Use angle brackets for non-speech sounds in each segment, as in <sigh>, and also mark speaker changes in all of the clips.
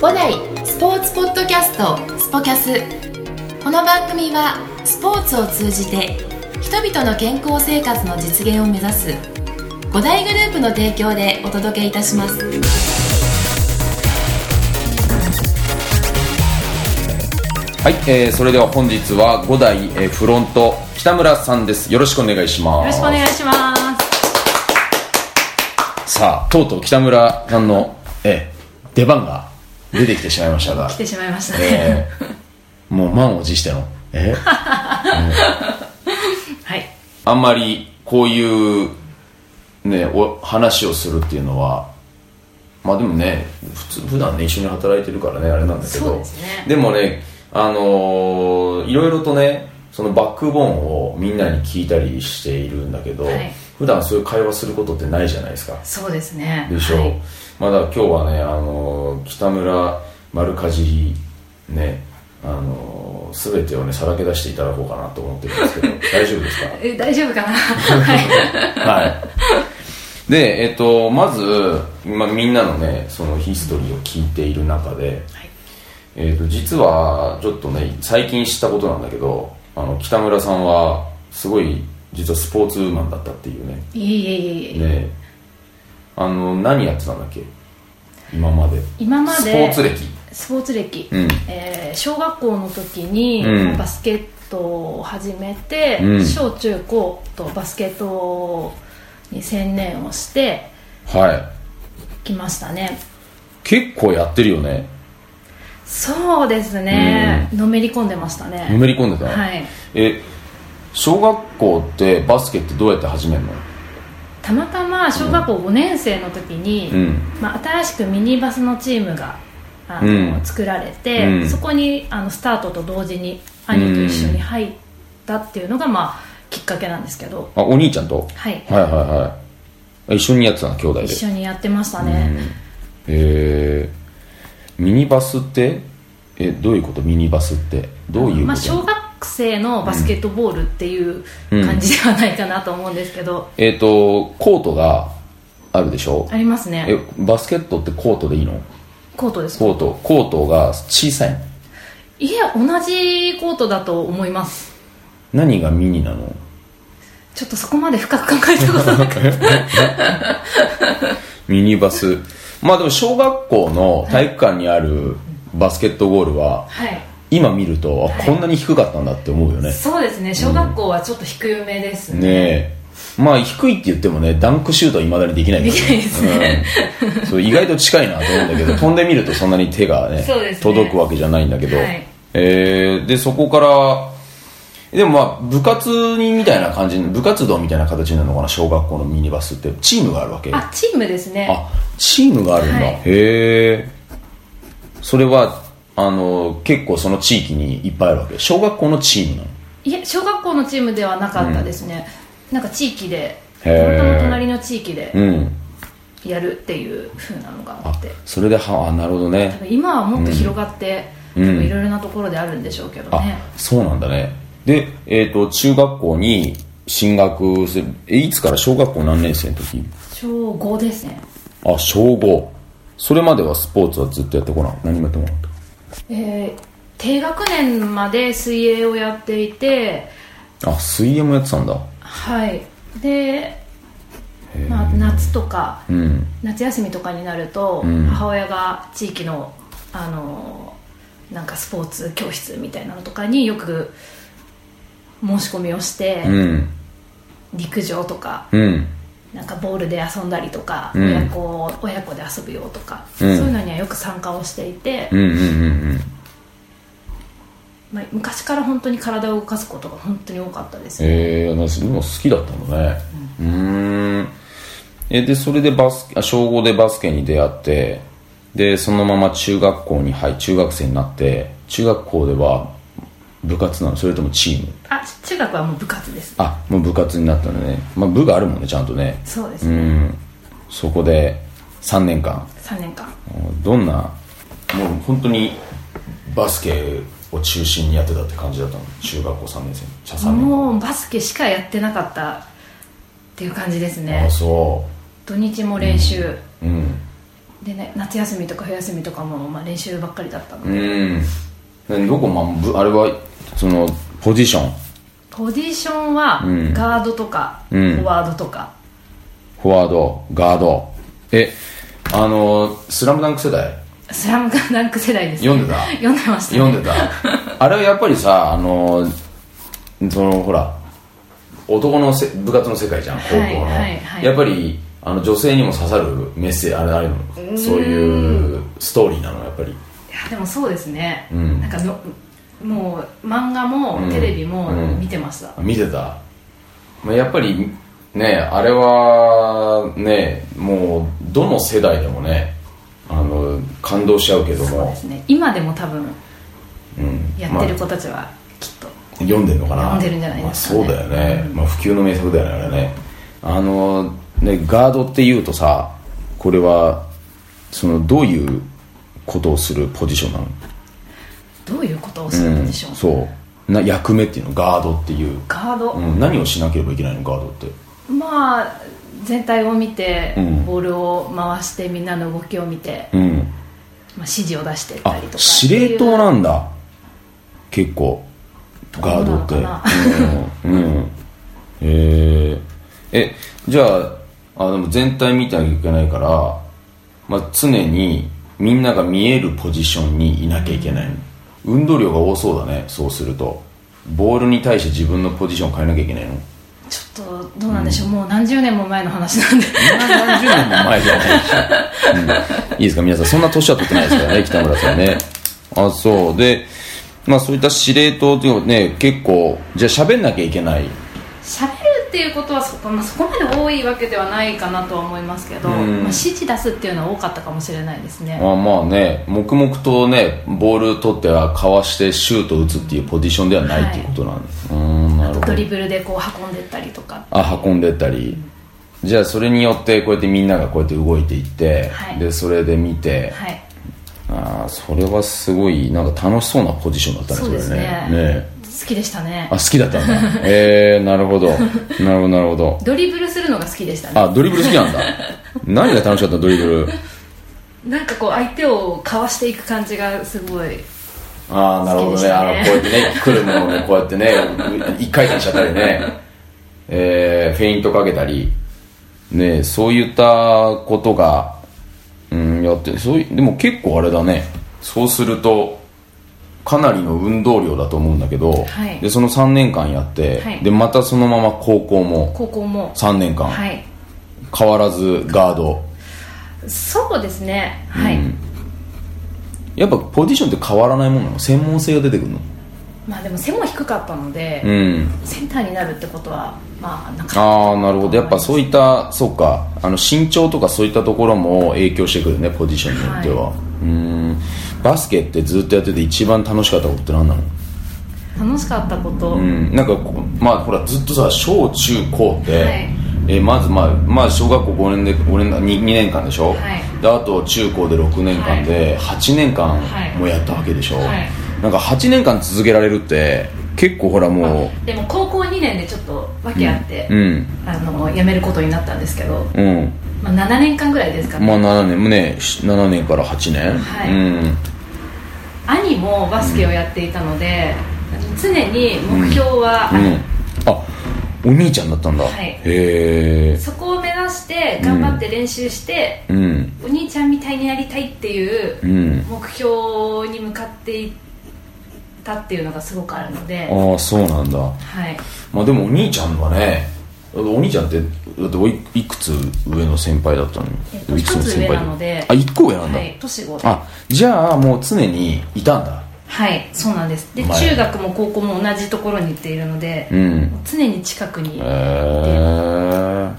Speaker 1: 五代スポーツポッドキャストスポキャスこの番組はスポーツを通じて人々の健康生活の実現を目指す五大グループの提供でお届けいたします
Speaker 2: はい、えー、それでは本日は5代、えー、フロント北村さんですよろしくお願いし
Speaker 3: よ
Speaker 2: ま
Speaker 3: ろし
Speaker 2: す
Speaker 3: くお願いします。
Speaker 2: さあとうとう北村さんの、えー、出番が出てきてしまいましたが
Speaker 3: 来てしまいましたね。
Speaker 2: えー、もう満を持してのえー
Speaker 3: はい。
Speaker 2: あんまりこういうねお話をするっていうのはまあでもね普通普段ね一緒に働いてるからねあれなんだけど
Speaker 3: そうですね
Speaker 2: でもねあのーいろいろとねそのバックボーンをみんなに聞いたりしているんだけど、
Speaker 3: はい
Speaker 2: 普段そういう会話することってないじゃないですか
Speaker 3: そうですね。
Speaker 2: でしょう、
Speaker 3: はい
Speaker 2: まだ今日はねあの北村丸かじりねあの全てをねさらけ出していただこうかなと思ってるん
Speaker 3: <laughs>
Speaker 2: ですけど大丈夫です
Speaker 3: え大丈夫かな。
Speaker 2: <laughs>
Speaker 3: はい。
Speaker 2: かはいでえっとまず、まあ、みんなのねそのヒストリーを聞いている中で、
Speaker 3: はい
Speaker 2: えっと実はちょっとね最近知ったことなんだけどあの北村さんはすごい実はスポーツウーマンだったっていうね
Speaker 3: いえいえいえいえ。
Speaker 2: ねあの何やってたんだっけ今まで
Speaker 3: 今まで
Speaker 2: スポーツ歴
Speaker 3: スポーツ歴。
Speaker 2: うん
Speaker 3: えー小学校の時に
Speaker 2: うん
Speaker 3: バスケットを始めて、
Speaker 2: うん
Speaker 3: 小中高とバスケットに専念をして
Speaker 2: はい
Speaker 3: きましたね。
Speaker 2: 結構やってるよね
Speaker 3: そうですね。のめり込んでました
Speaker 2: の
Speaker 3: ね。
Speaker 2: めり込んでた、
Speaker 3: はい。
Speaker 2: え小学校ってバスケってどうやって始めるの
Speaker 3: たまたま小学校5年生の時に、
Speaker 2: うん
Speaker 3: まあ、新しくミニバスのチームがあの、
Speaker 2: うん
Speaker 3: 作られて、
Speaker 2: うん
Speaker 3: そこにあのスタートと同時に兄と一緒に入ったっていうのが、まあ、きっかけなんですけど、
Speaker 2: あお兄ちゃんと
Speaker 3: はい
Speaker 2: はいはいはい一緒にやってたの兄弟で
Speaker 3: 一緒にやってました
Speaker 2: うん
Speaker 3: ね、
Speaker 2: えーミニバスってえどういうことミニバスってどういうこと、
Speaker 3: まあ、小学生のバスケットボールっていう感じではないかなと思うんですけど、
Speaker 2: えっ、とコートがあるでしょ
Speaker 3: あります
Speaker 2: え
Speaker 3: ね
Speaker 2: バスケットってコートでいいの
Speaker 3: コートです
Speaker 2: コートコートが小さいの
Speaker 3: いや同じコートだと思います
Speaker 2: 何がミニなの
Speaker 3: ちょっとそこまで深く考えたことなくて
Speaker 2: ミニバスまあでも小学校の体育館にあるバスケットゴールは
Speaker 3: <laughs> はい
Speaker 2: 今見るとあこんなに低かったんだって思うよね
Speaker 3: そうですね小学校はちょっと低めですね,、
Speaker 2: ねえまあ低いって言ってもねダンクシュートはいまだにできないから
Speaker 3: できないですね、
Speaker 2: うんそう意外と近いなと思うんだけ
Speaker 3: <laughs>
Speaker 2: ど飛んでみるとそんなに手がね
Speaker 3: そうですね
Speaker 2: 届くわけじゃないんだけど、
Speaker 3: はい
Speaker 2: えーでそこからでもまあ部活にみたいな感じ部活動みたいな形になるのかな小学校のミニバスってチームがあるわけ
Speaker 3: あチームですね
Speaker 2: あチームがあるんだ、
Speaker 3: はい
Speaker 2: へえそれはあの結構その地域にいっぱいあるわけ小学校のチームなの
Speaker 3: いや小学校のチームではなかったですね、なんか地域でた
Speaker 2: へー
Speaker 3: またま隣の地域で
Speaker 2: うん
Speaker 3: やるっていう風なのがあ
Speaker 2: あ
Speaker 3: って
Speaker 2: それではあなるほど
Speaker 3: 多
Speaker 2: ね
Speaker 3: 分今はもっと広がって、
Speaker 2: うん
Speaker 3: 多分いろいろなところであるんでしょうけど
Speaker 2: あ
Speaker 3: ね、
Speaker 2: そうなんだねでえっ、と中学校に進学するえいつから小学校何年生の時
Speaker 3: 小5ですね
Speaker 2: あ小5それまではスポーツはずっとやってこない何もやってこなかった
Speaker 3: えー低学年まで水泳をやっていて
Speaker 2: あ水泳もやってたんだ
Speaker 3: はいで、まあ、夏とか
Speaker 2: うん
Speaker 3: 夏休みとかになると、
Speaker 2: うん
Speaker 3: 母親が地域のあのなんかスポーツ教室みたいなのとかによく申し込みをして、
Speaker 2: うん
Speaker 3: 陸上とか
Speaker 2: うん
Speaker 3: なんかボールで遊んだりとか、
Speaker 2: うん
Speaker 3: 親子親子で遊ぶよとか、
Speaker 2: うん
Speaker 3: そういうのにはよく参加をしていて、
Speaker 2: うんうんうん
Speaker 3: まあ、昔から本当に体を動かすことが本当に多かったです、
Speaker 2: えー、なんかでも好きだったのねうーんえでそれでバスケあ小5でバスケに出会ってでそのまま中学校に入り中学生になって中学校では部活なのそれともチーム
Speaker 3: あ中学はもう部活です
Speaker 2: あもう部活になったんだね、まあ、部があるもんねちゃんとね
Speaker 3: そうです
Speaker 2: う
Speaker 3: ね、
Speaker 2: んそこで3年間
Speaker 3: 3年間
Speaker 2: どんなもう本当にバスケを中心にやってたって感じだったの中学校3年生茶3年
Speaker 3: もうバスケしかやってなかったっていう感じですね
Speaker 2: あそ
Speaker 3: 土日も練習、
Speaker 2: ううん
Speaker 3: でね夏休みとか冬休みとかも、まあ、練習ばっかりだったの
Speaker 2: う
Speaker 3: で、
Speaker 2: んでどこまんぶあれはそのポジション
Speaker 3: ポジションは
Speaker 2: うん
Speaker 3: ガードとか、
Speaker 2: うん
Speaker 3: フォワードとか
Speaker 2: フォワードガードえあの「スラムダンク世代
Speaker 3: 「スラムダンク世代です、ね、
Speaker 2: 読んでた
Speaker 3: 読んでました、ね、
Speaker 2: 読んでたあれはやっぱりさあのそのほら男のせ部活の世界じゃん高校の、
Speaker 3: はいはいはい
Speaker 2: やっぱりあの女性にも刺さるメッセージあれあるのそういうストーリーなのやっぱり
Speaker 3: いやでもそうですね、
Speaker 2: うん
Speaker 3: なんかのもう漫画もテレビも
Speaker 2: うん
Speaker 3: 見てました、
Speaker 2: 見てた、まあ、やっぱりねあれはねもうどの世代でもねあの感動しちゃうけど
Speaker 3: そう
Speaker 2: も
Speaker 3: ですね今でも多分
Speaker 2: うん
Speaker 3: やってる
Speaker 2: ま
Speaker 3: 子たちはきっと、
Speaker 2: あ読んでるのかな
Speaker 3: 読んでるんじゃないですかね
Speaker 2: まあ、そうだよね、まあ、普及の名作だよねあれねあのねガードっていうとさこれはそのどういうことをするポジションなの
Speaker 3: どういうことをするんでしょう、
Speaker 2: うん、そうな役目っていうのガードっていう、
Speaker 3: ガード、
Speaker 2: うん、何をしなければいけないのガードって
Speaker 3: まあ全体を見て、
Speaker 2: うん
Speaker 3: ボールを回してみんなの動きを見て、
Speaker 2: うん
Speaker 3: まあ、指示を出していった
Speaker 2: あ
Speaker 3: りとか
Speaker 2: 司令塔なんだ結構ガードって
Speaker 3: どうなの
Speaker 2: うんうんえーえじゃああでも全体見てなきゃいけないから、まあ、常にみんなが見えるポジションにいなきゃいけないの運動量が多そうだねそうするとボールに対して自分のポジション変えなきゃいけないの
Speaker 3: ちょっとどうなんでしょう、もう何十年も前の話なんで <laughs>
Speaker 2: 何十年も前じゃないし、うん、いいですか皆さんそんな年は取ってないですからね北村さんねあそうでまあそういった司令塔っていうのはね結構じゃあ喋んなきゃいけない
Speaker 3: 喋るっていうことはそこ,、まあ、そこまで多いわけではないかなとは思いますけど、
Speaker 2: うん
Speaker 3: まあ、指示出すっていうのは多かったかもしれないですね
Speaker 2: まあまあね黙々とねボール取ってはかわしてシュート打つっていうポジションではないっていうことなんです、うーんなるほ
Speaker 3: ド
Speaker 2: ど
Speaker 3: リブルでこう運んでったりとか
Speaker 2: あ運んでったりじゃあそれによってこうやってみんながこうやって動いていって、
Speaker 3: はい
Speaker 2: でそれで見て、
Speaker 3: はい
Speaker 2: ああそれはすごいなんか楽しそうなポジションだったね
Speaker 3: そうです
Speaker 2: れ
Speaker 3: ね
Speaker 2: ね
Speaker 3: 好きでしたね
Speaker 2: あ好きだったんだ <laughs> えー、なるほどなるほどなるほど
Speaker 3: ドリブルするのが好きでしたね
Speaker 2: あドリブル好きなんだ何が楽しかったのドリブル
Speaker 3: なんかこう相手をかわしていく感じがすごい
Speaker 2: ああなるほど
Speaker 3: 好きで
Speaker 2: ね
Speaker 3: した
Speaker 2: あ
Speaker 3: ね
Speaker 2: のこうやってね来るものをねこうやってね一回転しちゃったりね、えー、フェイントかけたりねそういったことがうんやってそういでも結構あれだねそうするとかなりの運動量だと思うんだけど、
Speaker 3: はい
Speaker 2: でその3年間やって、
Speaker 3: はい
Speaker 2: でまたそのまま高校も
Speaker 3: 高校も
Speaker 2: 3年間、
Speaker 3: はい
Speaker 2: 変わらずガード
Speaker 3: そうですねはい、
Speaker 2: やっぱポジションって変わらないものなの専門性が出てくるの
Speaker 3: まあでも背も低かったので、
Speaker 2: うん
Speaker 3: センターになるってことはまあなかった
Speaker 2: ああなるほどやっぱそういったそうかあの身長とかそういったところも影響してくるねポジションによっては、うんバスケってずっとやってて一番楽しかったことって何なの
Speaker 3: 楽しかったこと、
Speaker 2: うんなんかこうまあほらずっとさ小中高って、
Speaker 3: はい
Speaker 2: えーまずまあ、まあ、小学校5年で5年だ 2, 2年間でしょ、
Speaker 3: はい
Speaker 2: であと中高で6年間で8年間
Speaker 3: はい
Speaker 2: もやったわけでしょ、
Speaker 3: はい
Speaker 2: なんか8年間続けられるって結構ほらも
Speaker 3: でも高校2年でちょっと訳あって、
Speaker 2: ううん
Speaker 3: あの辞めることになったんですけど、
Speaker 2: うん
Speaker 3: まあ、7年間ぐらいですかね、
Speaker 2: まあ7年ね7年から8年、
Speaker 3: はい
Speaker 2: うん
Speaker 3: 兄もバスケをやっていたので、常に目標は、
Speaker 2: うんあお兄ちゃんだったんだ、
Speaker 3: はい
Speaker 2: へえ
Speaker 3: そこを目指して頑張って練習して、
Speaker 2: うん
Speaker 3: お兄ちゃんみたいになりたいっていううん目標に向かっていったっていうのがすごくあるので、
Speaker 2: ああそうなんだ
Speaker 3: はい、
Speaker 2: まあでもお兄ちゃんはねお兄ちゃんってだっておいいくつ上の先輩だったの
Speaker 3: えっと
Speaker 2: いくつの先輩
Speaker 3: 一つ上なので
Speaker 2: あ一個上なんだ、
Speaker 3: はい、年子
Speaker 2: あじゃあもう常にいたんだ
Speaker 3: はいそうなんですで
Speaker 2: 前
Speaker 3: 中学も高校も同じところに行っているので、
Speaker 2: うん
Speaker 3: 常に近くに
Speaker 2: へえあ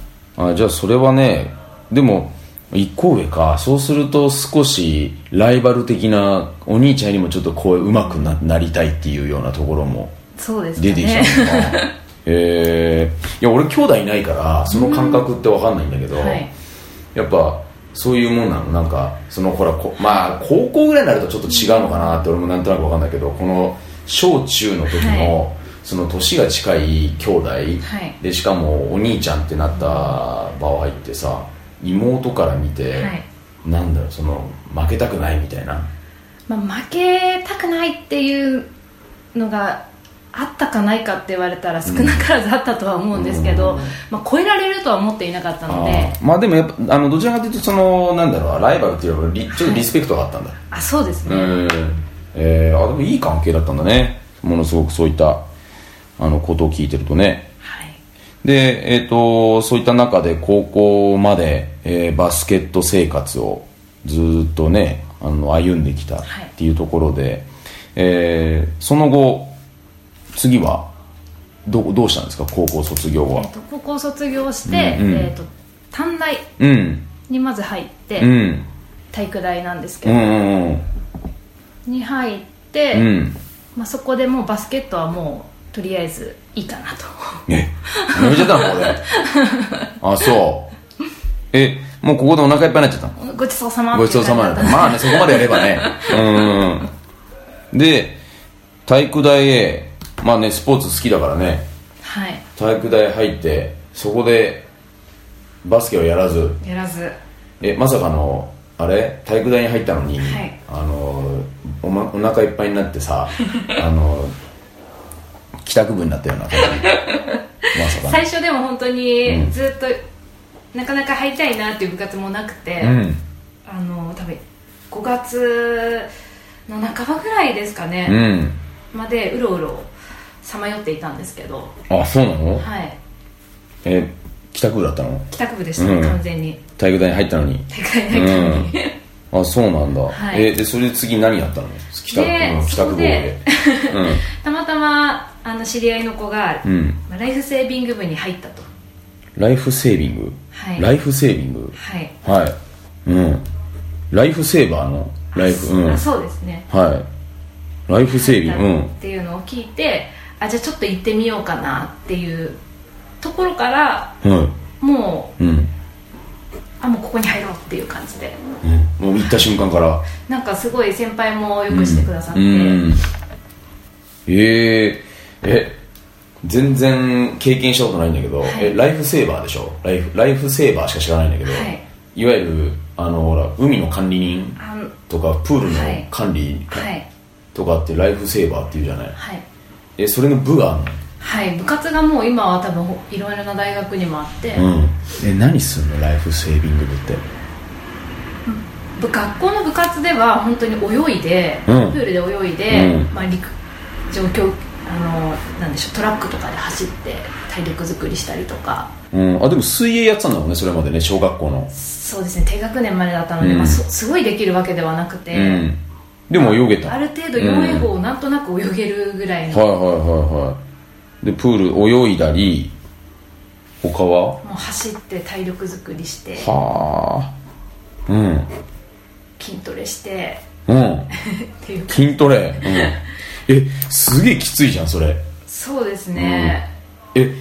Speaker 2: じゃあそれはねでも一個上かそうすると少しライバル的なお兄ちゃんにもちょっとこううまくななりたいっていうようなところも
Speaker 3: そうですか
Speaker 2: 出てきた
Speaker 3: ね
Speaker 2: のかなえー、いや俺兄弟いないからその感覚ってわかんないんだけど、
Speaker 3: はい
Speaker 2: やっぱそういうもんなのなんかそのほらこまあ高校ぐらいになるとちょっと違うのかなって俺もなんとなくわかんないけどこの小中の時の、その年が近い兄弟、でしかもお兄ちゃんってなった場合ってさ妹から見て、
Speaker 3: はい
Speaker 2: なんだろうその負けたくないみたいな
Speaker 3: <laughs> まあ、負けたくないっていうのがあったかないかって言われたら少なからずあったとは思うんですけど、まあ、超えられるとは思っていなかったので
Speaker 2: あーまあでもやっぱあのどちらかというとそのなんだろうライバルっていうよりはちょっとリスペクトがあったんだ、
Speaker 3: あそうですね、
Speaker 2: うんえーあでもいい関係だったんだねものすごくそういったあのことを聞いてるとね
Speaker 3: はい
Speaker 2: で、えー、とそういった中で高校まで、えーバスケット生活をずーっとねあの歩んできたっていうところで、えーその後次はどどうしたんですか高校卒業
Speaker 3: え
Speaker 2: は
Speaker 3: ー、と高校卒業して、
Speaker 2: うんうん
Speaker 3: えー、と短大
Speaker 2: うん
Speaker 3: にまず入って、
Speaker 2: うん
Speaker 3: 体育大なんですけ
Speaker 2: う
Speaker 3: ど、
Speaker 2: んうんうん
Speaker 3: に入って、
Speaker 2: うん
Speaker 3: まあ、そこでもうバスケットはもうとりあえずいいかなと
Speaker 2: えやめちゃったの
Speaker 3: <laughs>
Speaker 2: これあそうえもうここでお腹いっぱいになっちゃったの
Speaker 3: ごちそうさま
Speaker 2: ごちそうさまだ
Speaker 3: っ
Speaker 2: ってた
Speaker 3: いう感じだ
Speaker 2: まあねそ
Speaker 3: っ
Speaker 2: こまでやればねうんうんで体育大へまあねスポーツ好きだからね
Speaker 3: たはい
Speaker 2: 体育大入ってそこでバスケをやらず
Speaker 3: やらず
Speaker 2: えまさかのあれ体育大に入ったのに、
Speaker 3: はい
Speaker 2: あのお,、ま、お腹いっぱいになってさあの帰宅部になったような感じ
Speaker 3: <laughs>
Speaker 2: まさかの
Speaker 3: 最初でも本当
Speaker 2: う
Speaker 3: に
Speaker 2: ん
Speaker 3: ずっと、なかなか入りたいなっていう部活もなくて、
Speaker 2: うん
Speaker 3: あの多分5月の半ばぐらいですかね、
Speaker 2: うん
Speaker 3: までうろうろさまよっていたんですけど
Speaker 2: あそうなの
Speaker 3: はい
Speaker 2: え帰宅部だったの
Speaker 3: 帰宅部でしたね、
Speaker 2: うん
Speaker 3: 完全に
Speaker 2: 体育大に入ったのに
Speaker 3: 大会ないのに、
Speaker 2: あそうなんだ、
Speaker 3: はい
Speaker 2: えでそれで次何やったの帰宅
Speaker 3: で <laughs>
Speaker 2: うん帰宅部で
Speaker 3: たまたまあの知り合いの子が、
Speaker 2: うん、うん、
Speaker 3: まあライフセービング部に入ったと
Speaker 2: ライフセービング、
Speaker 3: はい
Speaker 2: ライフセービング
Speaker 3: はい
Speaker 2: はいうんライフセーバーのライフうん
Speaker 3: あ
Speaker 2: は
Speaker 3: そうですね
Speaker 2: いライフセービングう
Speaker 3: 入った
Speaker 2: ん
Speaker 3: っていうのを聞いてあじゃあちょっと行ってみようかなっていうところから
Speaker 2: は
Speaker 3: もう
Speaker 2: いうん、
Speaker 3: あもうここに入ろうっていう感じで
Speaker 2: うん、もう行った瞬間から
Speaker 3: なんかすごい先輩もよくしてくださって、
Speaker 2: うんえー、え全然経験したことないんだけど、
Speaker 3: はい
Speaker 2: えライフセーバーでしょライフライフセーバーしか知らないんだけど、
Speaker 3: はい
Speaker 2: いわゆるあのほら海の管理人
Speaker 3: あの
Speaker 2: とかプール
Speaker 3: はい
Speaker 2: の管理
Speaker 3: はい
Speaker 2: とかってライフセーバーっていうじゃない、
Speaker 3: はい
Speaker 2: えそれの部がある
Speaker 3: はい部活がもう今は多分ほいろいろな大学にもあって、
Speaker 2: の、うん、え何するのライフセービング部って
Speaker 3: 部学校の部活では本当に泳いで、
Speaker 2: うん
Speaker 3: プールで泳いで、
Speaker 2: うん
Speaker 3: まあ、陸上競あのなんでしょうトラックとかで走って体力づくりしたりとか
Speaker 2: うん、あでも水泳やってたんだもんねそれまでね小学校の、
Speaker 3: そうですね低学年までだったので、
Speaker 2: うん
Speaker 3: まあ、そすごいできるわけではなくて、
Speaker 2: うんでも泳げた
Speaker 3: ある程度4泳法をなんとなく泳げるぐらいの、
Speaker 2: はいはいはいはいでプール泳いだり他は
Speaker 3: もう走って体力づくりして
Speaker 2: はあうん
Speaker 3: 筋トレして
Speaker 2: うん
Speaker 3: っていう
Speaker 2: 筋トレ、うん、えすげえきついじゃんそれ
Speaker 3: そうですね、
Speaker 2: え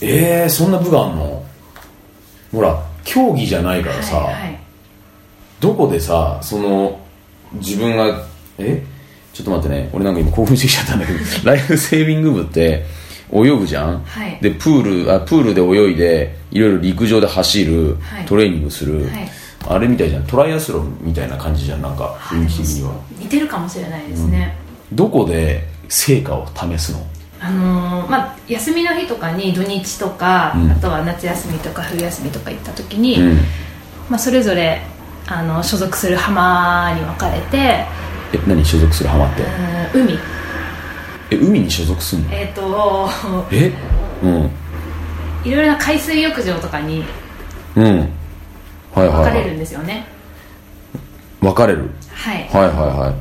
Speaker 2: えー、そんな部があんのほら競技じゃないからさ、
Speaker 3: はいはい
Speaker 2: どこでさその自分がえちょっと待ってね俺なんか今興奮してきちゃったんだ
Speaker 3: <laughs>
Speaker 2: けどライフセービング部って泳ぐじゃん、
Speaker 3: はい
Speaker 2: でプールあプールで泳いでいろいろ陸上で走る、
Speaker 3: はい
Speaker 2: トレーニングする、
Speaker 3: はい
Speaker 2: あれみたいじゃんトライアスロンみたいな感じじゃんなんか雰囲気的には
Speaker 3: 似てるかもしれないですね、
Speaker 2: どこで成果を試すの
Speaker 3: あのーまあ、休みの日とかに土日とか、
Speaker 2: うん
Speaker 3: あとは夏休みとか冬休みとか行った時に、
Speaker 2: うん
Speaker 3: まあ、それぞれあの所属する浜に分かれて
Speaker 2: え何所属するハマって
Speaker 3: うん海
Speaker 2: え海に所属するの
Speaker 3: えっ、と
Speaker 2: えうん
Speaker 3: いろいろな海水浴場とかに
Speaker 2: うんはい
Speaker 3: 分
Speaker 2: は
Speaker 3: か
Speaker 2: い、は
Speaker 3: れるん
Speaker 2: い、
Speaker 3: ですよね
Speaker 2: 分かれる
Speaker 3: はい、
Speaker 2: はいはいはい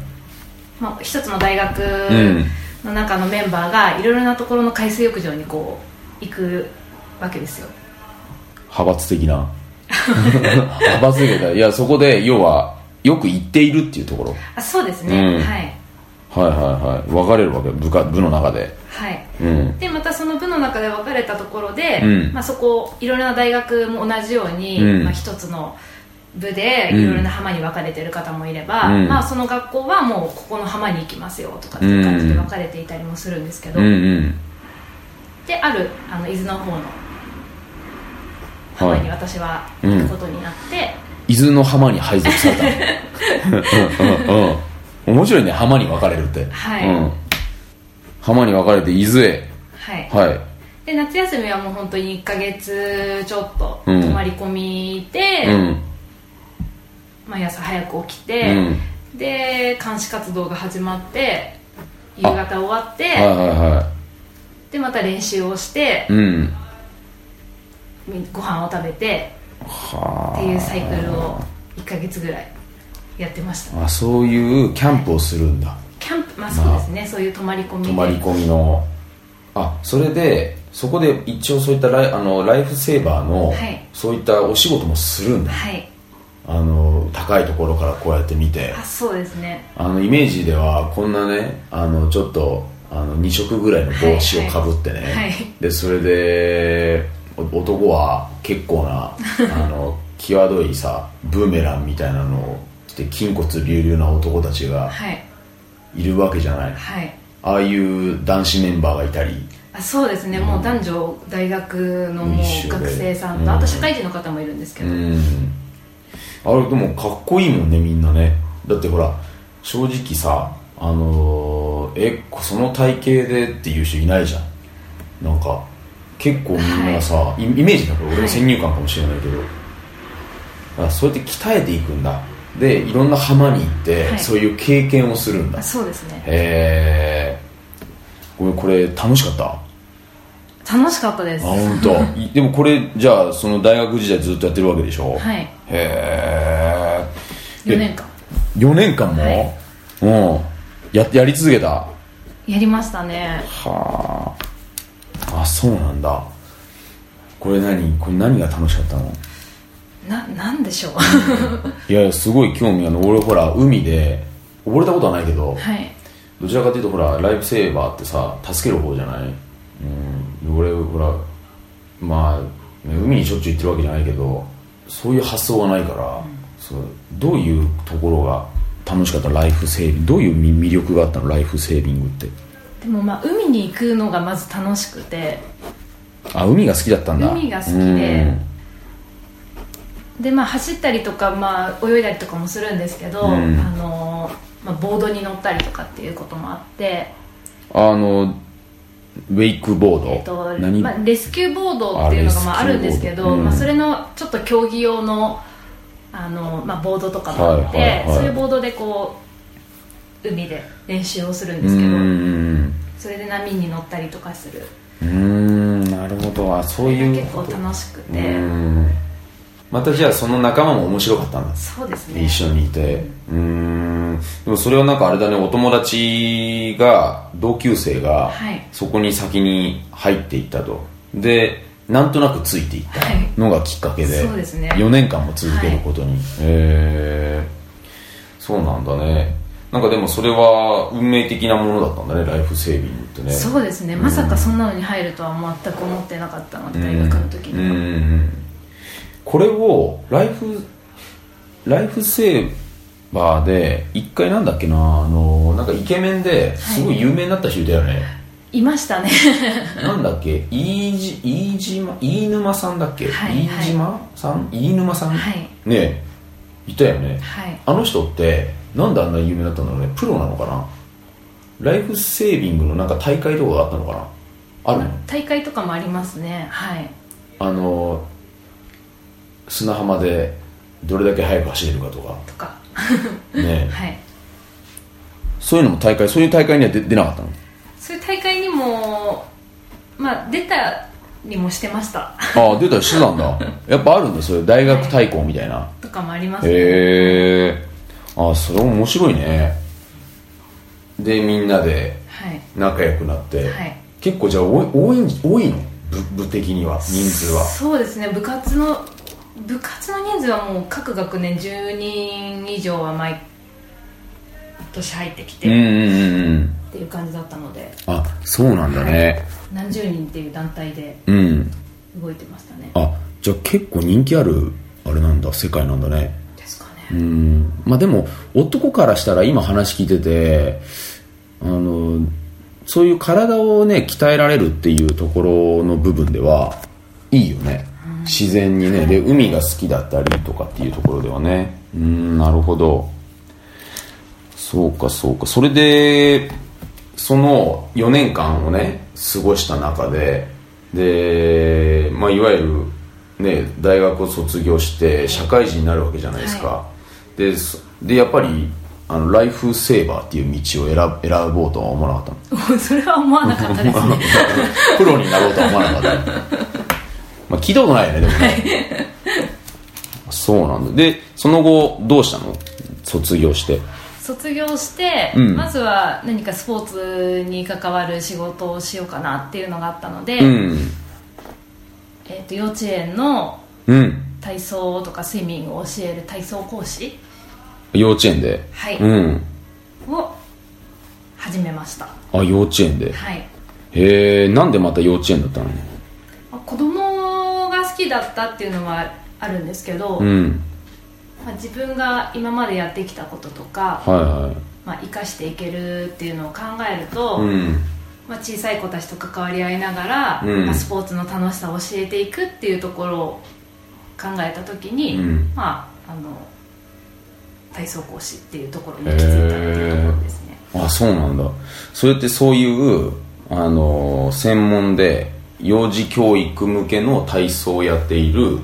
Speaker 3: まあ、一つの大学
Speaker 2: うん
Speaker 3: の中のメンバーがいろいろなところの海水浴場にこう行くわけですよ
Speaker 2: 派閥的な <laughs> 派閥的ないやそこで要はよく行っているっていうところ
Speaker 3: あそうですね、
Speaker 2: うん
Speaker 3: はい
Speaker 2: はいはいはい分かれるわけ部下部の中で
Speaker 3: はい
Speaker 2: うん
Speaker 3: でまたその部の中で分かれたところで、
Speaker 2: うん
Speaker 3: まあ、そこいろいろな大学も同じように、
Speaker 2: うん
Speaker 3: まあ、一つの部で
Speaker 2: うん
Speaker 3: いろいろな浜に分かれてる方もいれば、
Speaker 2: うん
Speaker 3: まあ、その学校はもうここの浜に行きますよとかっていう感じで分かれていたりもするんですけど、
Speaker 2: うんうん
Speaker 3: であるあの伊豆の方の浜に私は行くことになって、
Speaker 2: 伊豆の浜に配属されたのうんうんうん面白いね浜に分かれるって、
Speaker 3: はい
Speaker 2: うん、浜に分かれて伊豆へ
Speaker 3: はい
Speaker 2: はい
Speaker 3: で夏休みはもう本当に1ヶ月ちょっと泊
Speaker 2: うん
Speaker 3: まり込みで、
Speaker 2: うん
Speaker 3: 毎朝早く起き
Speaker 2: う
Speaker 3: て、
Speaker 2: ん
Speaker 3: で監視活動が始まって夕方終わって、
Speaker 2: はいはいは
Speaker 3: でまた練習をして
Speaker 2: い、うん
Speaker 3: ご飯を食べて
Speaker 2: は
Speaker 3: っていうサイクルを1ヶ月ぐらいやってました
Speaker 2: ああそういうキャンプをするんだ
Speaker 3: キャンプまあそうですね、そういう泊まり込みで
Speaker 2: 泊まり込みのあそれでそこで一応そういったライあのライフセーバーの、
Speaker 3: はい
Speaker 2: そういったお仕事もするんだ
Speaker 3: はい
Speaker 2: あの高いところからこうやって見て
Speaker 3: あそうですね
Speaker 2: あのイメージではこんなねあのちょっとあの2色ぐらいの帽子をかぶってね、
Speaker 3: はいはい
Speaker 2: でそれでお男は結構
Speaker 3: <laughs>
Speaker 2: なあの際どいさブーメランみたいなのを着て筋骨隆々な男たちが
Speaker 3: はい
Speaker 2: いるわけじゃない、
Speaker 3: はい
Speaker 2: ああいう男子メンバーがいたり
Speaker 3: あそうですね、もう男女大学のも
Speaker 2: 一緒
Speaker 3: う
Speaker 2: で
Speaker 3: 学生さんと、
Speaker 2: うん
Speaker 3: あと社会人の方もいるんですけ
Speaker 2: う
Speaker 3: ど、
Speaker 2: んあれでもかっこいいもんねみんなねだってほら正直さあのーえその体型でっていう人いないじゃんなんか結構みんなさ、イイメージだから俺の先入観かもしれないけど、あそうやって鍛えていくんだでいろんな浜に行って、
Speaker 3: はい
Speaker 2: そういう経験をするんだ
Speaker 3: あ
Speaker 2: へ
Speaker 3: そうですね
Speaker 2: えごめんこれ楽しかった
Speaker 3: 楽しかったです
Speaker 2: あ本
Speaker 3: <laughs>
Speaker 2: 当。いでもこれじゃあその大学時代ずっとやってるわけでしょ、
Speaker 3: はい
Speaker 2: へえ
Speaker 3: 4年間
Speaker 2: 4年間も、
Speaker 3: はい
Speaker 2: うんややり続けたは
Speaker 3: やりましたね
Speaker 2: ああそうなんだこれ何これ何が楽しかったの
Speaker 3: ななんでしょう
Speaker 2: いやいやすごい興味あるの俺ほら海で溺れたことはないけど、
Speaker 3: <laughs> はい
Speaker 2: どちらかというとほらライフセーバーってさ助ける方じゃない、うん、俺ほらまあね海にしょっちゅう行ってるわけじゃないけどそういう発想がないから、そうどういうところが楽しかったライフセービングどういう魅魅力があったのライフセービングって
Speaker 3: でもまあ海に行くのがまず楽しくて
Speaker 2: あ海が好きだったんだ
Speaker 3: 海が好きで
Speaker 2: うん
Speaker 3: でまあ走ったりとか、まあ、泳いだりとかもするんですけど、
Speaker 2: うん
Speaker 3: あのまあ、ボードに乗ったりとかっていうこともあって、
Speaker 2: あのウェイクボード、
Speaker 3: えっと
Speaker 2: 何、
Speaker 3: まあ、レスキューボードっていうのがまあ
Speaker 2: あ
Speaker 3: あ
Speaker 2: レスキューボード
Speaker 3: るんですけど、
Speaker 2: うん
Speaker 3: まあ、それのちょっと競技用のあの、まあ、ボードとかもあって、
Speaker 2: はいはいはい
Speaker 3: そういうボードでこう海で練習をするん
Speaker 2: う
Speaker 3: ですけど、
Speaker 2: ん
Speaker 3: それで波に乗ったりとかする
Speaker 2: うんなるほどあそう
Speaker 3: それ
Speaker 2: い
Speaker 3: が
Speaker 2: う
Speaker 3: 結構楽しくて、
Speaker 2: うんまたじゃあその仲間も面白かったんです
Speaker 3: そうですね
Speaker 2: 一緒にいてうーんでもそれはなんかあれだねお友達が同級生が
Speaker 3: はい
Speaker 2: そこに先に入っていったとでなんとなくついていったのがきっかけで,、
Speaker 3: はいそうですね
Speaker 2: 4年間も続けることに、へえそうなんだねなんかでもそれは運命的なものだったんだねライフセービングってね
Speaker 3: そうですねまさかそんなのに入るとは全く思ってなかったので大学の時
Speaker 2: う
Speaker 3: に
Speaker 2: んう
Speaker 3: は、
Speaker 2: んうんこれをライフライフセーバーで一回なんだっけなあのなんかイケメンですごい有名になった人いたよね、
Speaker 3: いましたね
Speaker 2: なんだっけ飯じ飯島飯沼さんだっけ、
Speaker 3: はいはい
Speaker 2: 飯島さん飯沼さん、
Speaker 3: はい
Speaker 2: ねいたよね
Speaker 3: はい
Speaker 2: あの人ってなんであんな有名だったんだろうねプロなのかなライフセービングのなんか大会とかがあったのかなあるの
Speaker 3: 大会とかもありますねはい
Speaker 2: あの砂浜でどれだけ速く走れるかとか、
Speaker 3: とか
Speaker 2: ね、
Speaker 3: はい
Speaker 2: <laughs> そういうのも大会そういう大会には出出なかったの
Speaker 3: そういう大会にもまあ出たりもしてました
Speaker 2: <laughs> ああ出たりしてたんだやっぱあるんだそういう大学対抗みたいな
Speaker 3: とかもあります
Speaker 2: へ
Speaker 3: ね
Speaker 2: えああそれ面白いねでみんなで
Speaker 3: はい
Speaker 2: 仲良くなって、
Speaker 3: はい
Speaker 2: 結構じゃあ多い多い多いの部部的には人数は
Speaker 3: そうですね部活の部活の人数はもう各学年10人以上は毎年入ってき
Speaker 2: うんうん
Speaker 3: てっ
Speaker 2: うんうん
Speaker 3: ていう感じだったので
Speaker 2: あそうなんだね、
Speaker 3: 何十人っていう団体で
Speaker 2: うん
Speaker 3: 動いてましたね
Speaker 2: あじゃあ結構人気あるあれなんだ世界なんだね
Speaker 3: ですかね
Speaker 2: うんまあでも男からしたら今話聞いててあのそういう体をね鍛えられるっていうところの部分ではいいよね自然にねで海が好きだったりとかっていうところではねうんなるほどそうかそうかそれでその4年間をね過ごした中でで、まあ、いわゆる、ね、大学を卒業して社会人になるわけじゃないですか、
Speaker 3: は
Speaker 2: でそでやっぱりあのライフセーバーっていう道を選ぶ選ぼうとは思わなかった <laughs> の
Speaker 3: <laughs> それは思わなかったですね
Speaker 2: プロになろうとは思わなかったまあ聞いたことないよねでもねそうなんだでその後どうしたの卒業して
Speaker 3: <laughs> 卒業して、
Speaker 2: うん
Speaker 3: まずは何かスポーツに関わる仕事をしようかなっていうのがあったので、
Speaker 2: うん
Speaker 3: えー、と幼稚園の
Speaker 2: うん
Speaker 3: 体操とかスイミングを教える体操講師
Speaker 2: 幼稚園で
Speaker 3: はい
Speaker 2: うん
Speaker 3: を始めました
Speaker 2: あ幼稚園で
Speaker 3: はい
Speaker 2: へえなんでまた幼稚園だったの
Speaker 3: まあ子供が好きだったっていうのはあるんですけど、
Speaker 2: うん
Speaker 3: まあ、自分が今までやってきたこととか、
Speaker 2: はいは
Speaker 3: まあ、生かしていけるっていうのを考えると、
Speaker 2: いうん
Speaker 3: まあ、小さい子たちと関わり合いながら、
Speaker 2: うん
Speaker 3: まあ、スポーツの楽しさを教えていくっていうところを考えた時に、
Speaker 2: うん
Speaker 3: まああの体操講師っていうところに行き着いたっていうところですね、
Speaker 2: あそうなんだそれってそういうあのー専門で幼児教育向けの体操をやっている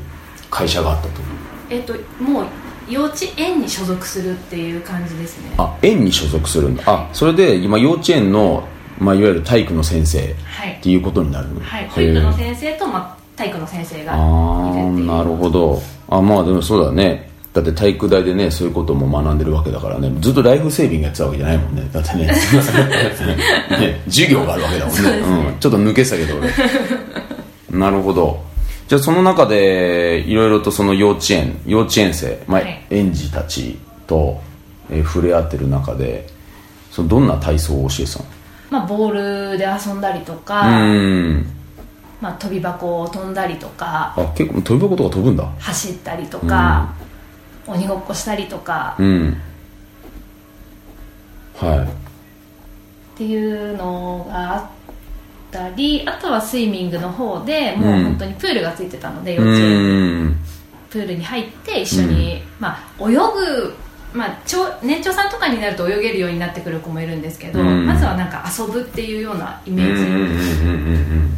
Speaker 2: 会社があったと
Speaker 3: えっ、ともう幼稚園に所属するっていう感じですね
Speaker 2: あ園に所属するんだあそれで今幼稚園の、まあ、いわゆる体育の先生っ
Speaker 3: はい
Speaker 2: ていうことになるの
Speaker 3: はい、
Speaker 2: へー
Speaker 3: 保育の先生と、まあ、体育の先生がい
Speaker 2: ああ
Speaker 3: るっていう
Speaker 2: なるほどあまあでもそうだねだって体育大でねそういうことも学んでるわけだからねずっとライフセービングやってたわけじゃないもんねだって
Speaker 3: <laughs>
Speaker 2: ねね授業があるわけだもんね
Speaker 3: そうですね
Speaker 2: ん、ちょっと抜けてたけど俺なるほどじゃあその中でいろいろとその幼稚園幼稚園生、まあ
Speaker 3: はい
Speaker 2: 園児たちと、えー触れ合ってる中でそのどんな体操を教えてたの
Speaker 3: まあ、ボールで遊んだりと
Speaker 2: う
Speaker 3: か、
Speaker 2: ーん
Speaker 3: まあ、飛び箱を飛んだりとか
Speaker 2: あ結構飛び箱とか飛ぶんだ
Speaker 3: 走ったりとか、鬼ごっこしたりとか、
Speaker 2: う
Speaker 3: っ
Speaker 2: んはい
Speaker 3: ていうのがあったりあとはスイミングの方でもう
Speaker 2: うん
Speaker 3: 本当にプールがついてたので、
Speaker 2: う
Speaker 3: 幼稚園
Speaker 2: ーん
Speaker 3: プールに入って一緒に、まあ、泳ぐ、まあ、ちょ年長さんとかになると泳げるようになってくる子もいるんですけど、
Speaker 2: うん
Speaker 3: まずはなんか遊ぶっていうようなイ
Speaker 2: う
Speaker 3: メ
Speaker 2: んうんうんうん
Speaker 3: ージ
Speaker 2: うん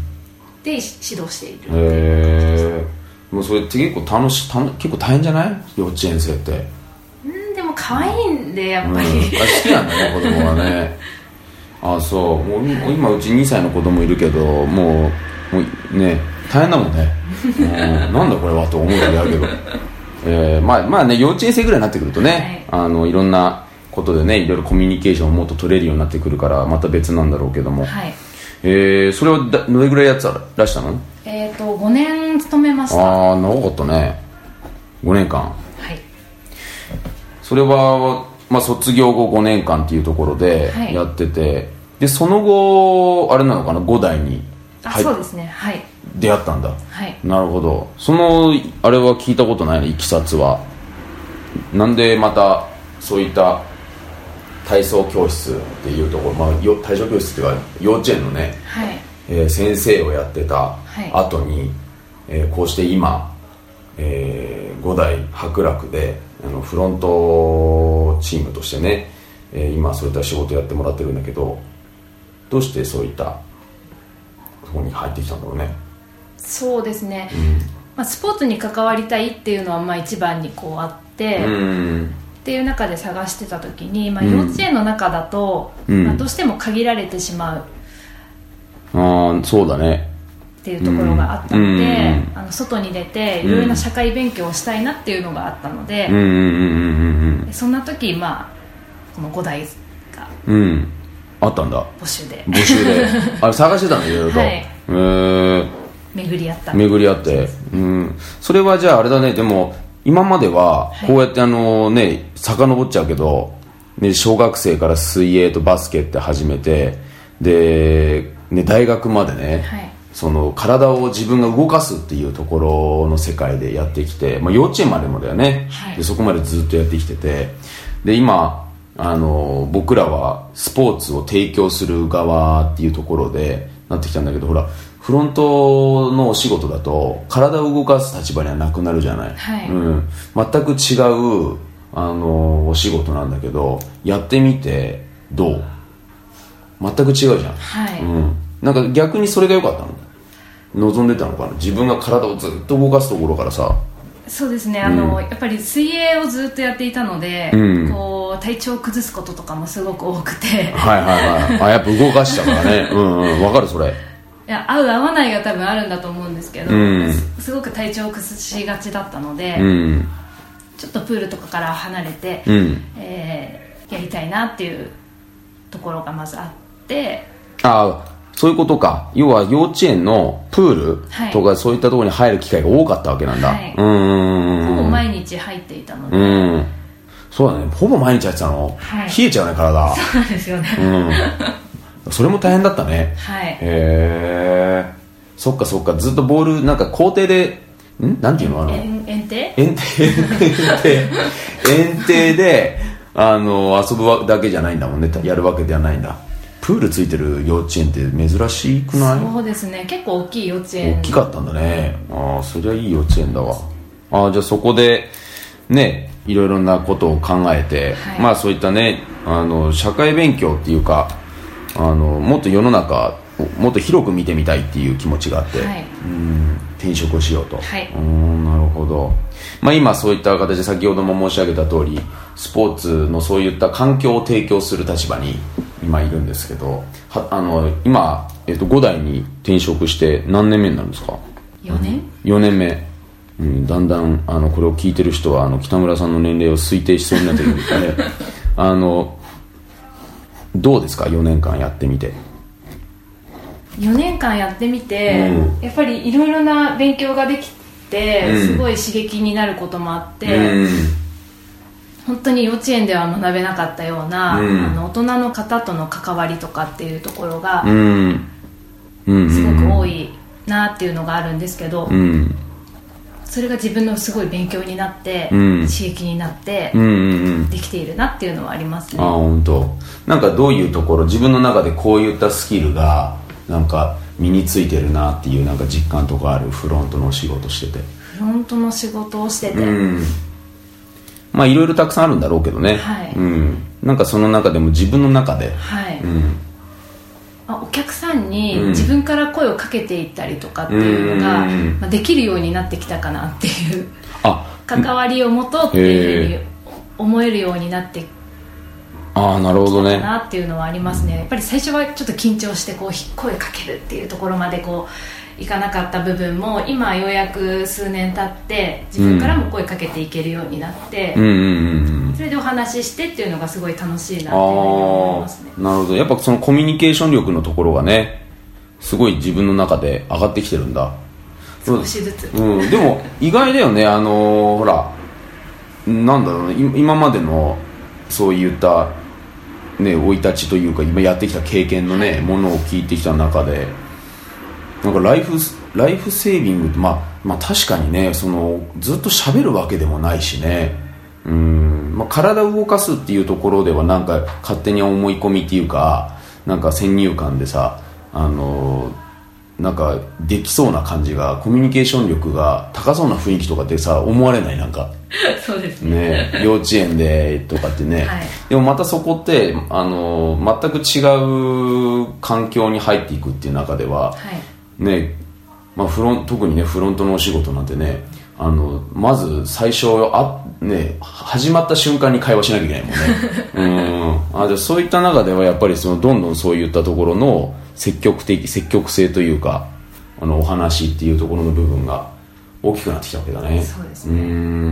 Speaker 3: で指導しているって
Speaker 2: うん
Speaker 3: いう感じです
Speaker 2: へえもうそれって結構楽し楽結構大変じゃない幼稚園生って、うん、
Speaker 3: うんでも可愛いんでや
Speaker 2: あ
Speaker 3: っ
Speaker 2: 好
Speaker 3: ぱり、
Speaker 2: きなんだね子供はねあそうもう今今うち2歳の子供いるけどもうもうね大変だもんね、うん、なんだこれはと思う時あるけど、えーまあまあね幼稚園生ぐらいになってくるとね、い、あのいろんなことでねいろいろコミュニケーションをもっと取れるようになってくるからまた別なんだろうけども、
Speaker 3: はい
Speaker 2: えー、それをだどれぐらいやってたらしたの
Speaker 3: えっ、と5年勤めました
Speaker 2: あ
Speaker 3: は
Speaker 2: あ長かったね5年間
Speaker 3: い
Speaker 2: それは、まあ、卒業後5年間っていうところで
Speaker 3: はい
Speaker 2: やってて、でその後あれなのかな5代に
Speaker 3: あ、
Speaker 2: 入っ
Speaker 3: そうですねはい
Speaker 2: 出会ったんだ
Speaker 3: はい
Speaker 2: なるほどそのあれは聞いたことないねいきさつはなんでまたそういった体操教室っていうところ、まあ、よ体操教室っていうか幼稚園のね
Speaker 3: はい
Speaker 2: えー先生をやってた
Speaker 3: はい
Speaker 2: 後に、えーこうして今、えー、五代博楽であのフロントチームとしてね、えー今そういった仕事やってもらってるんだけどどうしてそういったそこに入ってきたんだろうね
Speaker 3: そうですね、まあ、スポーツに関わりたいっていうのはまあ一番にこうあって、
Speaker 2: う
Speaker 3: っ
Speaker 2: ん
Speaker 3: ていう中で探してた時に、まあ、
Speaker 2: うん
Speaker 3: 幼稚園の中だと、
Speaker 2: うん
Speaker 3: まあ、どうしても限られてしまう
Speaker 2: ああそうだね
Speaker 3: っていうところがあったの
Speaker 2: う
Speaker 3: で、
Speaker 2: ん
Speaker 3: あの外に出て
Speaker 2: うん
Speaker 3: いろいろな社会勉強をしたいなっていうのがあったので
Speaker 2: うん、うんうんうん
Speaker 3: でそんな時まあこの5代が
Speaker 2: うんうんうんあったんだ
Speaker 3: 募集で
Speaker 2: 募集 <laughs> であれ探してたんだいろいろと、
Speaker 3: はい
Speaker 2: へー
Speaker 3: 巡り合った
Speaker 2: 巡り合って、うん、それはじゃああれだねでも今まではこうやってあのね遡っちゃうけど、ね、小学生から水泳とバスケって始めてで、ね、大学までね、
Speaker 3: はい
Speaker 2: その体を自分が動かすっていうところの世界でやってきて、まあ、幼稚園までもだよね、
Speaker 3: はい
Speaker 2: でそこまでずっとやってきててで今あの僕らはスポーツを提供する側っていうところでなってきたんだけどほらフロントのお仕事だと体を動かす立場にはなくなるじゃない、
Speaker 3: はい
Speaker 2: うん、全く違うあのお仕事なんだけどやってみてどう全く違うじゃん、
Speaker 3: はい、
Speaker 2: うん、なんか逆にそれが良かったの望んでたのかな自分が体をずっと動かすところからさ
Speaker 3: そうですねあの、
Speaker 2: うん
Speaker 3: やっぱり水泳をずっとやっていたので、
Speaker 2: うん
Speaker 3: こう体調を崩すこととかもすごく多
Speaker 2: <laughs>
Speaker 3: くて
Speaker 2: はいはいはいあやっぱ動かしたからね <laughs> うんうんわかるそれ
Speaker 3: いや合う合わないが多分あるんだと思うんですけど、
Speaker 2: うん
Speaker 3: すすごく体調を崩しがちだったので、
Speaker 2: うん
Speaker 3: ちょっとプールとかから離れて、
Speaker 2: うん
Speaker 3: えーやりたいなっていうところがまずあって
Speaker 2: ああそういうことか要は幼稚園のプー
Speaker 3: はい
Speaker 2: ルとかそういったところに入る機会が多かったわけなんだ、
Speaker 3: はい
Speaker 2: うんうんうん
Speaker 3: ほぼ
Speaker 2: うん
Speaker 3: 毎日入っていたので、
Speaker 2: うんそうだねほぼ毎日やってたの、
Speaker 3: はい
Speaker 2: 冷えちゃうね体
Speaker 3: そうなんですよね、
Speaker 2: うんそれも大変だったね
Speaker 3: はい
Speaker 2: へえそっかそっかずっとボールなんか校庭でんなんていうのあの
Speaker 3: 園園庭
Speaker 2: 園庭園庭園庭であの遊ぶわだけじゃないんだもんねやるわけではないんだプールついてる幼稚園って珍しくない
Speaker 3: そうですね結構大きい幼稚園
Speaker 2: 大きかったんだねああそりゃいい幼稚園だわああじゃあそこでねいろいろなことを考えて、
Speaker 3: はい
Speaker 2: まあそういったねあの社会勉強っていうかあのもっと世の中をもっと広く見てみたいっていう気持ちがあって、
Speaker 3: はい
Speaker 2: うん転職をしようと、
Speaker 3: はい
Speaker 2: うんなるほど、まあ、今そういった形で先ほども申し上げた通りスポーツのそういった環境を提供する立場に今いるんですけどはあの今、えっと、5代に転職して何年目になるんですか
Speaker 3: 4年
Speaker 2: 4年目、うん、だんだんあのこれを聞いてる人はあの北村さんの年齢を推定しそうになってくるので
Speaker 3: <laughs>
Speaker 2: あのどうですか4年間やってみて
Speaker 3: 4年間やってみて、
Speaker 2: う
Speaker 3: やっぱりいろいろな勉強ができて、
Speaker 2: うん
Speaker 3: すごい刺激になることもあって、
Speaker 2: うん
Speaker 3: 本当に幼稚園では学べなかったような、
Speaker 2: うん
Speaker 3: あの大人の方との関わりとかっていうところが
Speaker 2: うんうん
Speaker 3: す
Speaker 2: う
Speaker 3: ご
Speaker 2: ん
Speaker 3: く多いなっていうのがあるんですけど、
Speaker 2: うん
Speaker 3: それが自分のすごい勉強になって、
Speaker 2: うん
Speaker 3: 刺激になって、
Speaker 2: うんうんうん
Speaker 3: できているなっていうのはありますね
Speaker 2: あ本当。なんかどういうところ自分の中でこういったスキルがなんか身についてるなっていうなんか実感とかあるフロントのお仕事してて
Speaker 3: フロントの仕事をしてて、
Speaker 2: うんまあいろいろたくさんあるんだろうけどね、
Speaker 3: はい
Speaker 2: うん、なんかその中でも自分の中で、
Speaker 3: はい、
Speaker 2: うん、
Speaker 3: まあ、お客さんに
Speaker 2: うん
Speaker 3: 自分から声をかけていったりとかっていうのが、
Speaker 2: うん
Speaker 3: まあ、できるようになってきたかなっていう
Speaker 2: あ
Speaker 3: 関わりを持とうっていう
Speaker 2: へ
Speaker 3: ふうに思えるようになってき
Speaker 2: あーなるほど
Speaker 3: た
Speaker 2: ね
Speaker 3: なっていうのはありますねやっぱり最初はちょっと緊張してこうひ声かけるっていうところまでこういかなかった部分も今ようやく数年経って自分からも声かけていけるようになって、
Speaker 2: うんうんうんうん
Speaker 3: それでお話ししてっていうのがすごい楽しいなっていうふうに思い
Speaker 2: あ
Speaker 3: ますね
Speaker 2: あなるほどやっぱそのコミュニケーション力のところがねすごい自分の中で上がってきてるんだ
Speaker 3: 少しずつ
Speaker 2: うん、でも意外だよねあのーほらなんだろうねい今までのそういったね生い立ちというか今やってきた経験のねものを聞いてきた中でなんかライフスライフセービングって、まあ、まあ確かにねそのずっと喋るわけでもないしねうん、まあ、体を動かすっていうところではなんか勝手に思い込みっていうかなんか先入観でさあのなんかできそうな感じがコミュニケーション力が高そうな雰囲気とかってさ思われないなんか
Speaker 3: そうですね
Speaker 2: ね
Speaker 3: <laughs>
Speaker 2: 幼稚園でとかってね、
Speaker 3: はい
Speaker 2: でもまたそこってあの全く違う環境に入っていくっていう中では、
Speaker 3: はい
Speaker 2: ねまあ、フロン特にねフロントのお仕事なんてねあのまず最初あ、ね、始まった瞬間に会話しなきゃいけないもんね
Speaker 3: <laughs>
Speaker 2: うんあじゃあそういった中ではやっぱりそのどんどんそういったところの積極的積極性というかあのお話っていうところの部分が大きくなってきたわけだね
Speaker 3: そうです
Speaker 2: ねん、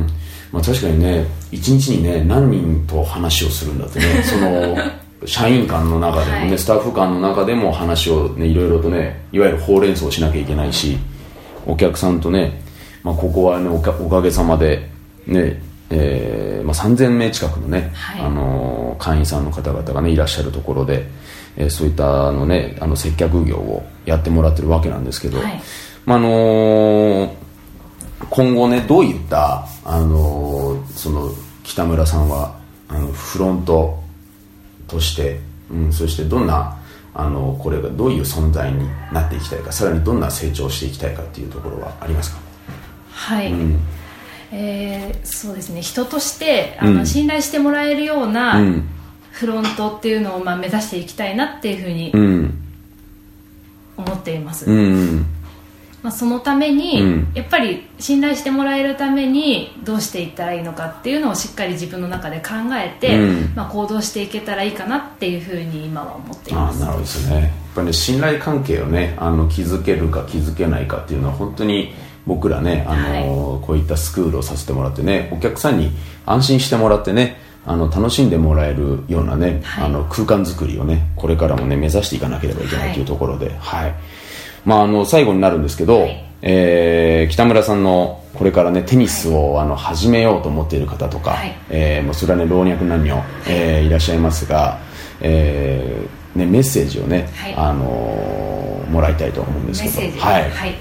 Speaker 2: まあ、確かにね一日にね何人と話をするんだってねそ
Speaker 3: <laughs>
Speaker 2: の社員間の中でもね、
Speaker 3: はい
Speaker 2: スタッフ間の中でも話をねいろいろとねいわゆるほうれん草をしなきゃいけないしお客さんとね、まあ、ここはねおかおかげさまでね、えーまあ、3000名近くのね、
Speaker 3: はい
Speaker 2: あの会員さんの方々がねいらっしゃるところで、えーそういったあのねあの接客業をやってもらってるわけなんですけど、
Speaker 3: はい
Speaker 2: まああのー今後ねどういった、あのーその北村さんはあのフロントとして、うん、そしてどんなあのこれがどういう存在になっていきたいかさらにどんな成長をしていきたいかっていうところはありますか、
Speaker 3: はい、
Speaker 2: うん
Speaker 3: えーそうですね人としてあ
Speaker 2: う
Speaker 3: の
Speaker 2: ん
Speaker 3: 信頼してもらえるような
Speaker 2: うん
Speaker 3: フロントっていうのをまあ目指していきたいなっていうふうに
Speaker 2: うん
Speaker 3: 思っています、
Speaker 2: うん
Speaker 3: まあ、そのために、
Speaker 2: うん
Speaker 3: やっぱり信頼してもらえるためにどうしていったらいいのかっていうのをしっかり自分の中で考えて、
Speaker 2: うん
Speaker 3: まあ、行動していけたらいいかなっていうふうに今は思ってい
Speaker 2: あ
Speaker 3: ま
Speaker 2: あ
Speaker 3: す
Speaker 2: なるほどですねやっぱりね信頼関係をねあの築けるか築けないかっていうのは本当に僕らねあの、こういったスクールをさせてもらってねお客さんに安心してもらってねあの楽しんでもらえるようなね、
Speaker 3: はい
Speaker 2: あの空間づくりをねこれからもね目指していかなければいけな
Speaker 3: はいい
Speaker 2: というところで、はいまあ、あの最後になるんですけど、
Speaker 3: はい
Speaker 2: えー北村さんのこれからねテニスを、あの始めようと思っている方とか、
Speaker 3: はい
Speaker 2: えーもうそれはね老若男女、えーいらっしゃいますが、えーね、メッセージをね、
Speaker 3: はい
Speaker 2: あのーもらいたいと思うんですけど
Speaker 3: メッセージ
Speaker 2: はい、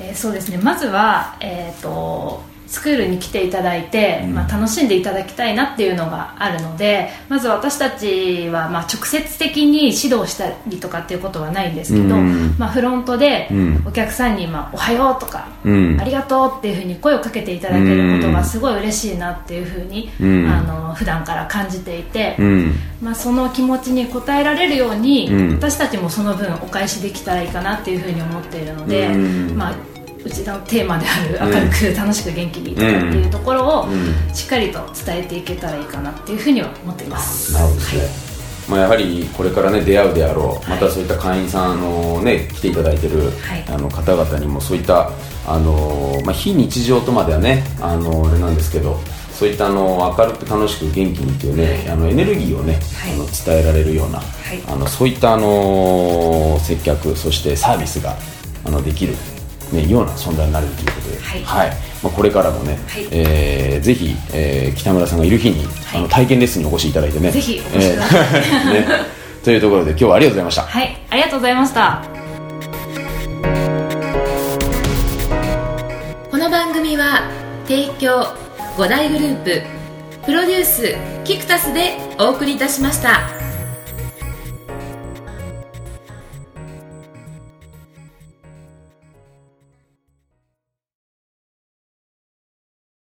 Speaker 3: えーそうですねまずは、えー、とスクールに来ていただいて、まあ、楽しんでいただきたいなっていうのがあるのでまず私たちは、まあ、直接的に指導したりとかっていうことはないんですけど、
Speaker 2: うん
Speaker 3: まあ、フロントで
Speaker 2: うん
Speaker 3: お客さんに、まあ「おはよう」とか「
Speaker 2: うん
Speaker 3: ありがとう」っていうふうに声をかけていただけることがすごい嬉しいなっていうふうに、
Speaker 2: うん
Speaker 3: あの普段から感じていて。
Speaker 2: うん
Speaker 3: まあ、その気持ちに応えられるように、
Speaker 2: うん
Speaker 3: 私たちもその分お返しできたらいいかなっていうふうに思っているので、
Speaker 2: うん
Speaker 3: まあ、うちのテーマである明るく楽しく元気にとかっていうところを
Speaker 2: うん
Speaker 3: しっかりと伝えていけたらいいかなっていうふうには思っています。
Speaker 2: なるほどですね、まあ、やはりこれからね出会うであろう、またそういった会員さんあの、ね、来ていただいてる、
Speaker 3: い
Speaker 2: あの方々にもそういったあの、まあ、非日常とまではねあのあれなんですけどそういったあの明るく楽しく元気にっていうね、あのエネルギーをね、
Speaker 3: はい
Speaker 2: あの伝えられるような、
Speaker 3: い
Speaker 2: あのそういったあの接客そしてサービスがあのできる、ね、ような存在になれるということで、
Speaker 3: はい
Speaker 2: まあ、これからもね、
Speaker 3: はい
Speaker 2: えーぜひ、えー北村さんがいる日に、
Speaker 3: はい
Speaker 2: あの体験レッスンにお越しいただいてね
Speaker 3: ぜひお越しください
Speaker 2: えー <laughs> ね、というところで今日はありがとうございました
Speaker 3: はい、ありがとうございました。
Speaker 1: この番組は提供五大グループプロデュースキクタスでお送りいたしました。